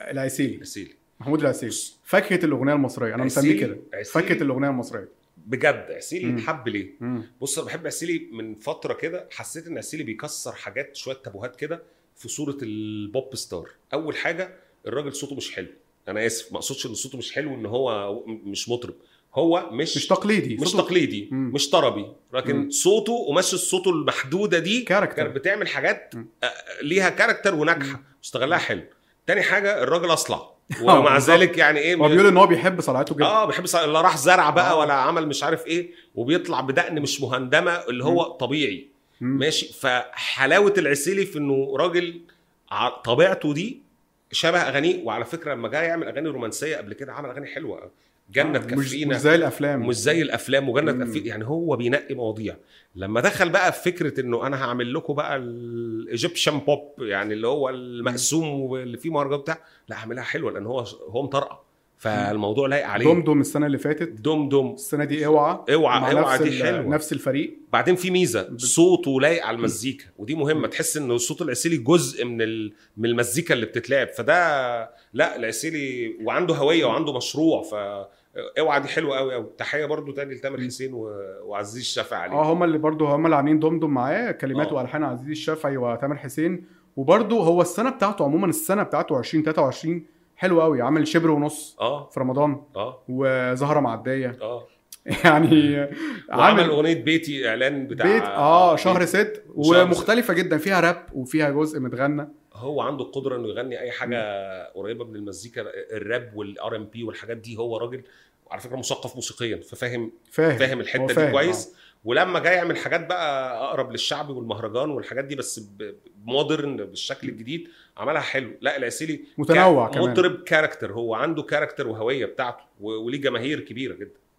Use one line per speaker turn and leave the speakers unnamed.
العسيلي
عسيلي
محمود العسيلي فاكهه الاغنيه المصريه انا مسميه
عسيلي-
كده
عسيلي.
فاكهه الاغنيه المصريه
بجد عسيلي
مم.
اتحب ليه؟
مم.
بص انا بحب عسيلي من فتره كده حسيت ان عسيلي بيكسر حاجات شويه تابوهات كده في صوره البوب ستار اول حاجه الراجل صوته مش حلو انا اسف ما اقصدش ان صوته مش حلو ان هو مش مطرب هو مش
مش تقليدي
مش
صوته
تقليدي
مم.
مش طربي لكن
مم.
صوته وماشي صوته المحدوده دي كانت
كاركتر
بتعمل حاجات
مم.
آه، ليها كاركتر وناجحه مستغلها حلو تاني حاجه الراجل اصلع
آه،
ومع
بالظبط.
ذلك يعني ايه
هو بيقول ان هو بيحب صنعته جدا
اه بيحب يصير- لا راح زرع بقى
آه.
ولا عمل مش عارف ايه وبيطلع بدقن مش مهندمه اللي هو طبيعي
مم.
ماشي فحلاوه العسيلي في انه راجل ع- طبيعته دي شبه اغانيه وعلى فكره لما جه يعمل اغاني رومانسيه قبل كده عمل اغاني حلوه جنه
آه، مش- مش
كفينا
زي الافلام
مش زي الافلام وجنه
مم.
كفينا يعني هو بينقي مواضيع لما دخل بقى في فكره انه انا هعمل لكم بقى الايجيبشن بوب يعني اللي هو المقسوم واللي فيه مهرجان بتاع لا هعملها حلوه لان هو هو مطرقه فالموضوع لايق عليه
دمدم السنه اللي فاتت
دم دم
السنه دي اوعى
اوعى
مع
اوعى
نفس
دي
ال-
حلوه
نفس الفريق
بعدين في ميزه
ب-
صوته لايق على المزيكا ودي مهمه تحس ان الصوت العسيلي جزء من ال... من المزيكا اللي بتتلعب فده لا العسيلي وعنده هويه وعنده مشروع ف اوعى دي حلوه قوي قوي تحيه برضو تاني لتامر حسين و... وعزيز شافع عليه
اه هما اللي برضه هما اللي عاملين دمدم معاه كلمات
آه.
والحان عزيز الشافعي وتامر حسين وبرضه هو السنه بتاعته عموما السنه بتاعته 2023 حلوه قوي عامل شبر ونص
اه
في رمضان
اه
وزهره معديه
اه
يعني
وعمل
عامل
اغنيه بيتي اعلان بتاع
بيت اه شهر ست
وشهر
ومختلفه جدا فيها راب وفيها جزء متغنى
هو عنده القدره انه يغني اي حاجه قريبه من المزيكا الراب والار ام بي والحاجات دي هو راجل على فكره مثقف موسيقيا ففاهم
فاهم
فاهم
هو
الحته
فاهم، آه.
دي كويس ولما جاي يعمل حاجات بقى اقرب للشعبي والمهرجان والحاجات دي بس مودرن بالشكل الجديد عملها حلو لا العسيلي
متنوع
كا-
كمان
مطرب كاركتر هو عنده كاركتر وهويه بتاعته و- وليه جماهير كبيره جدا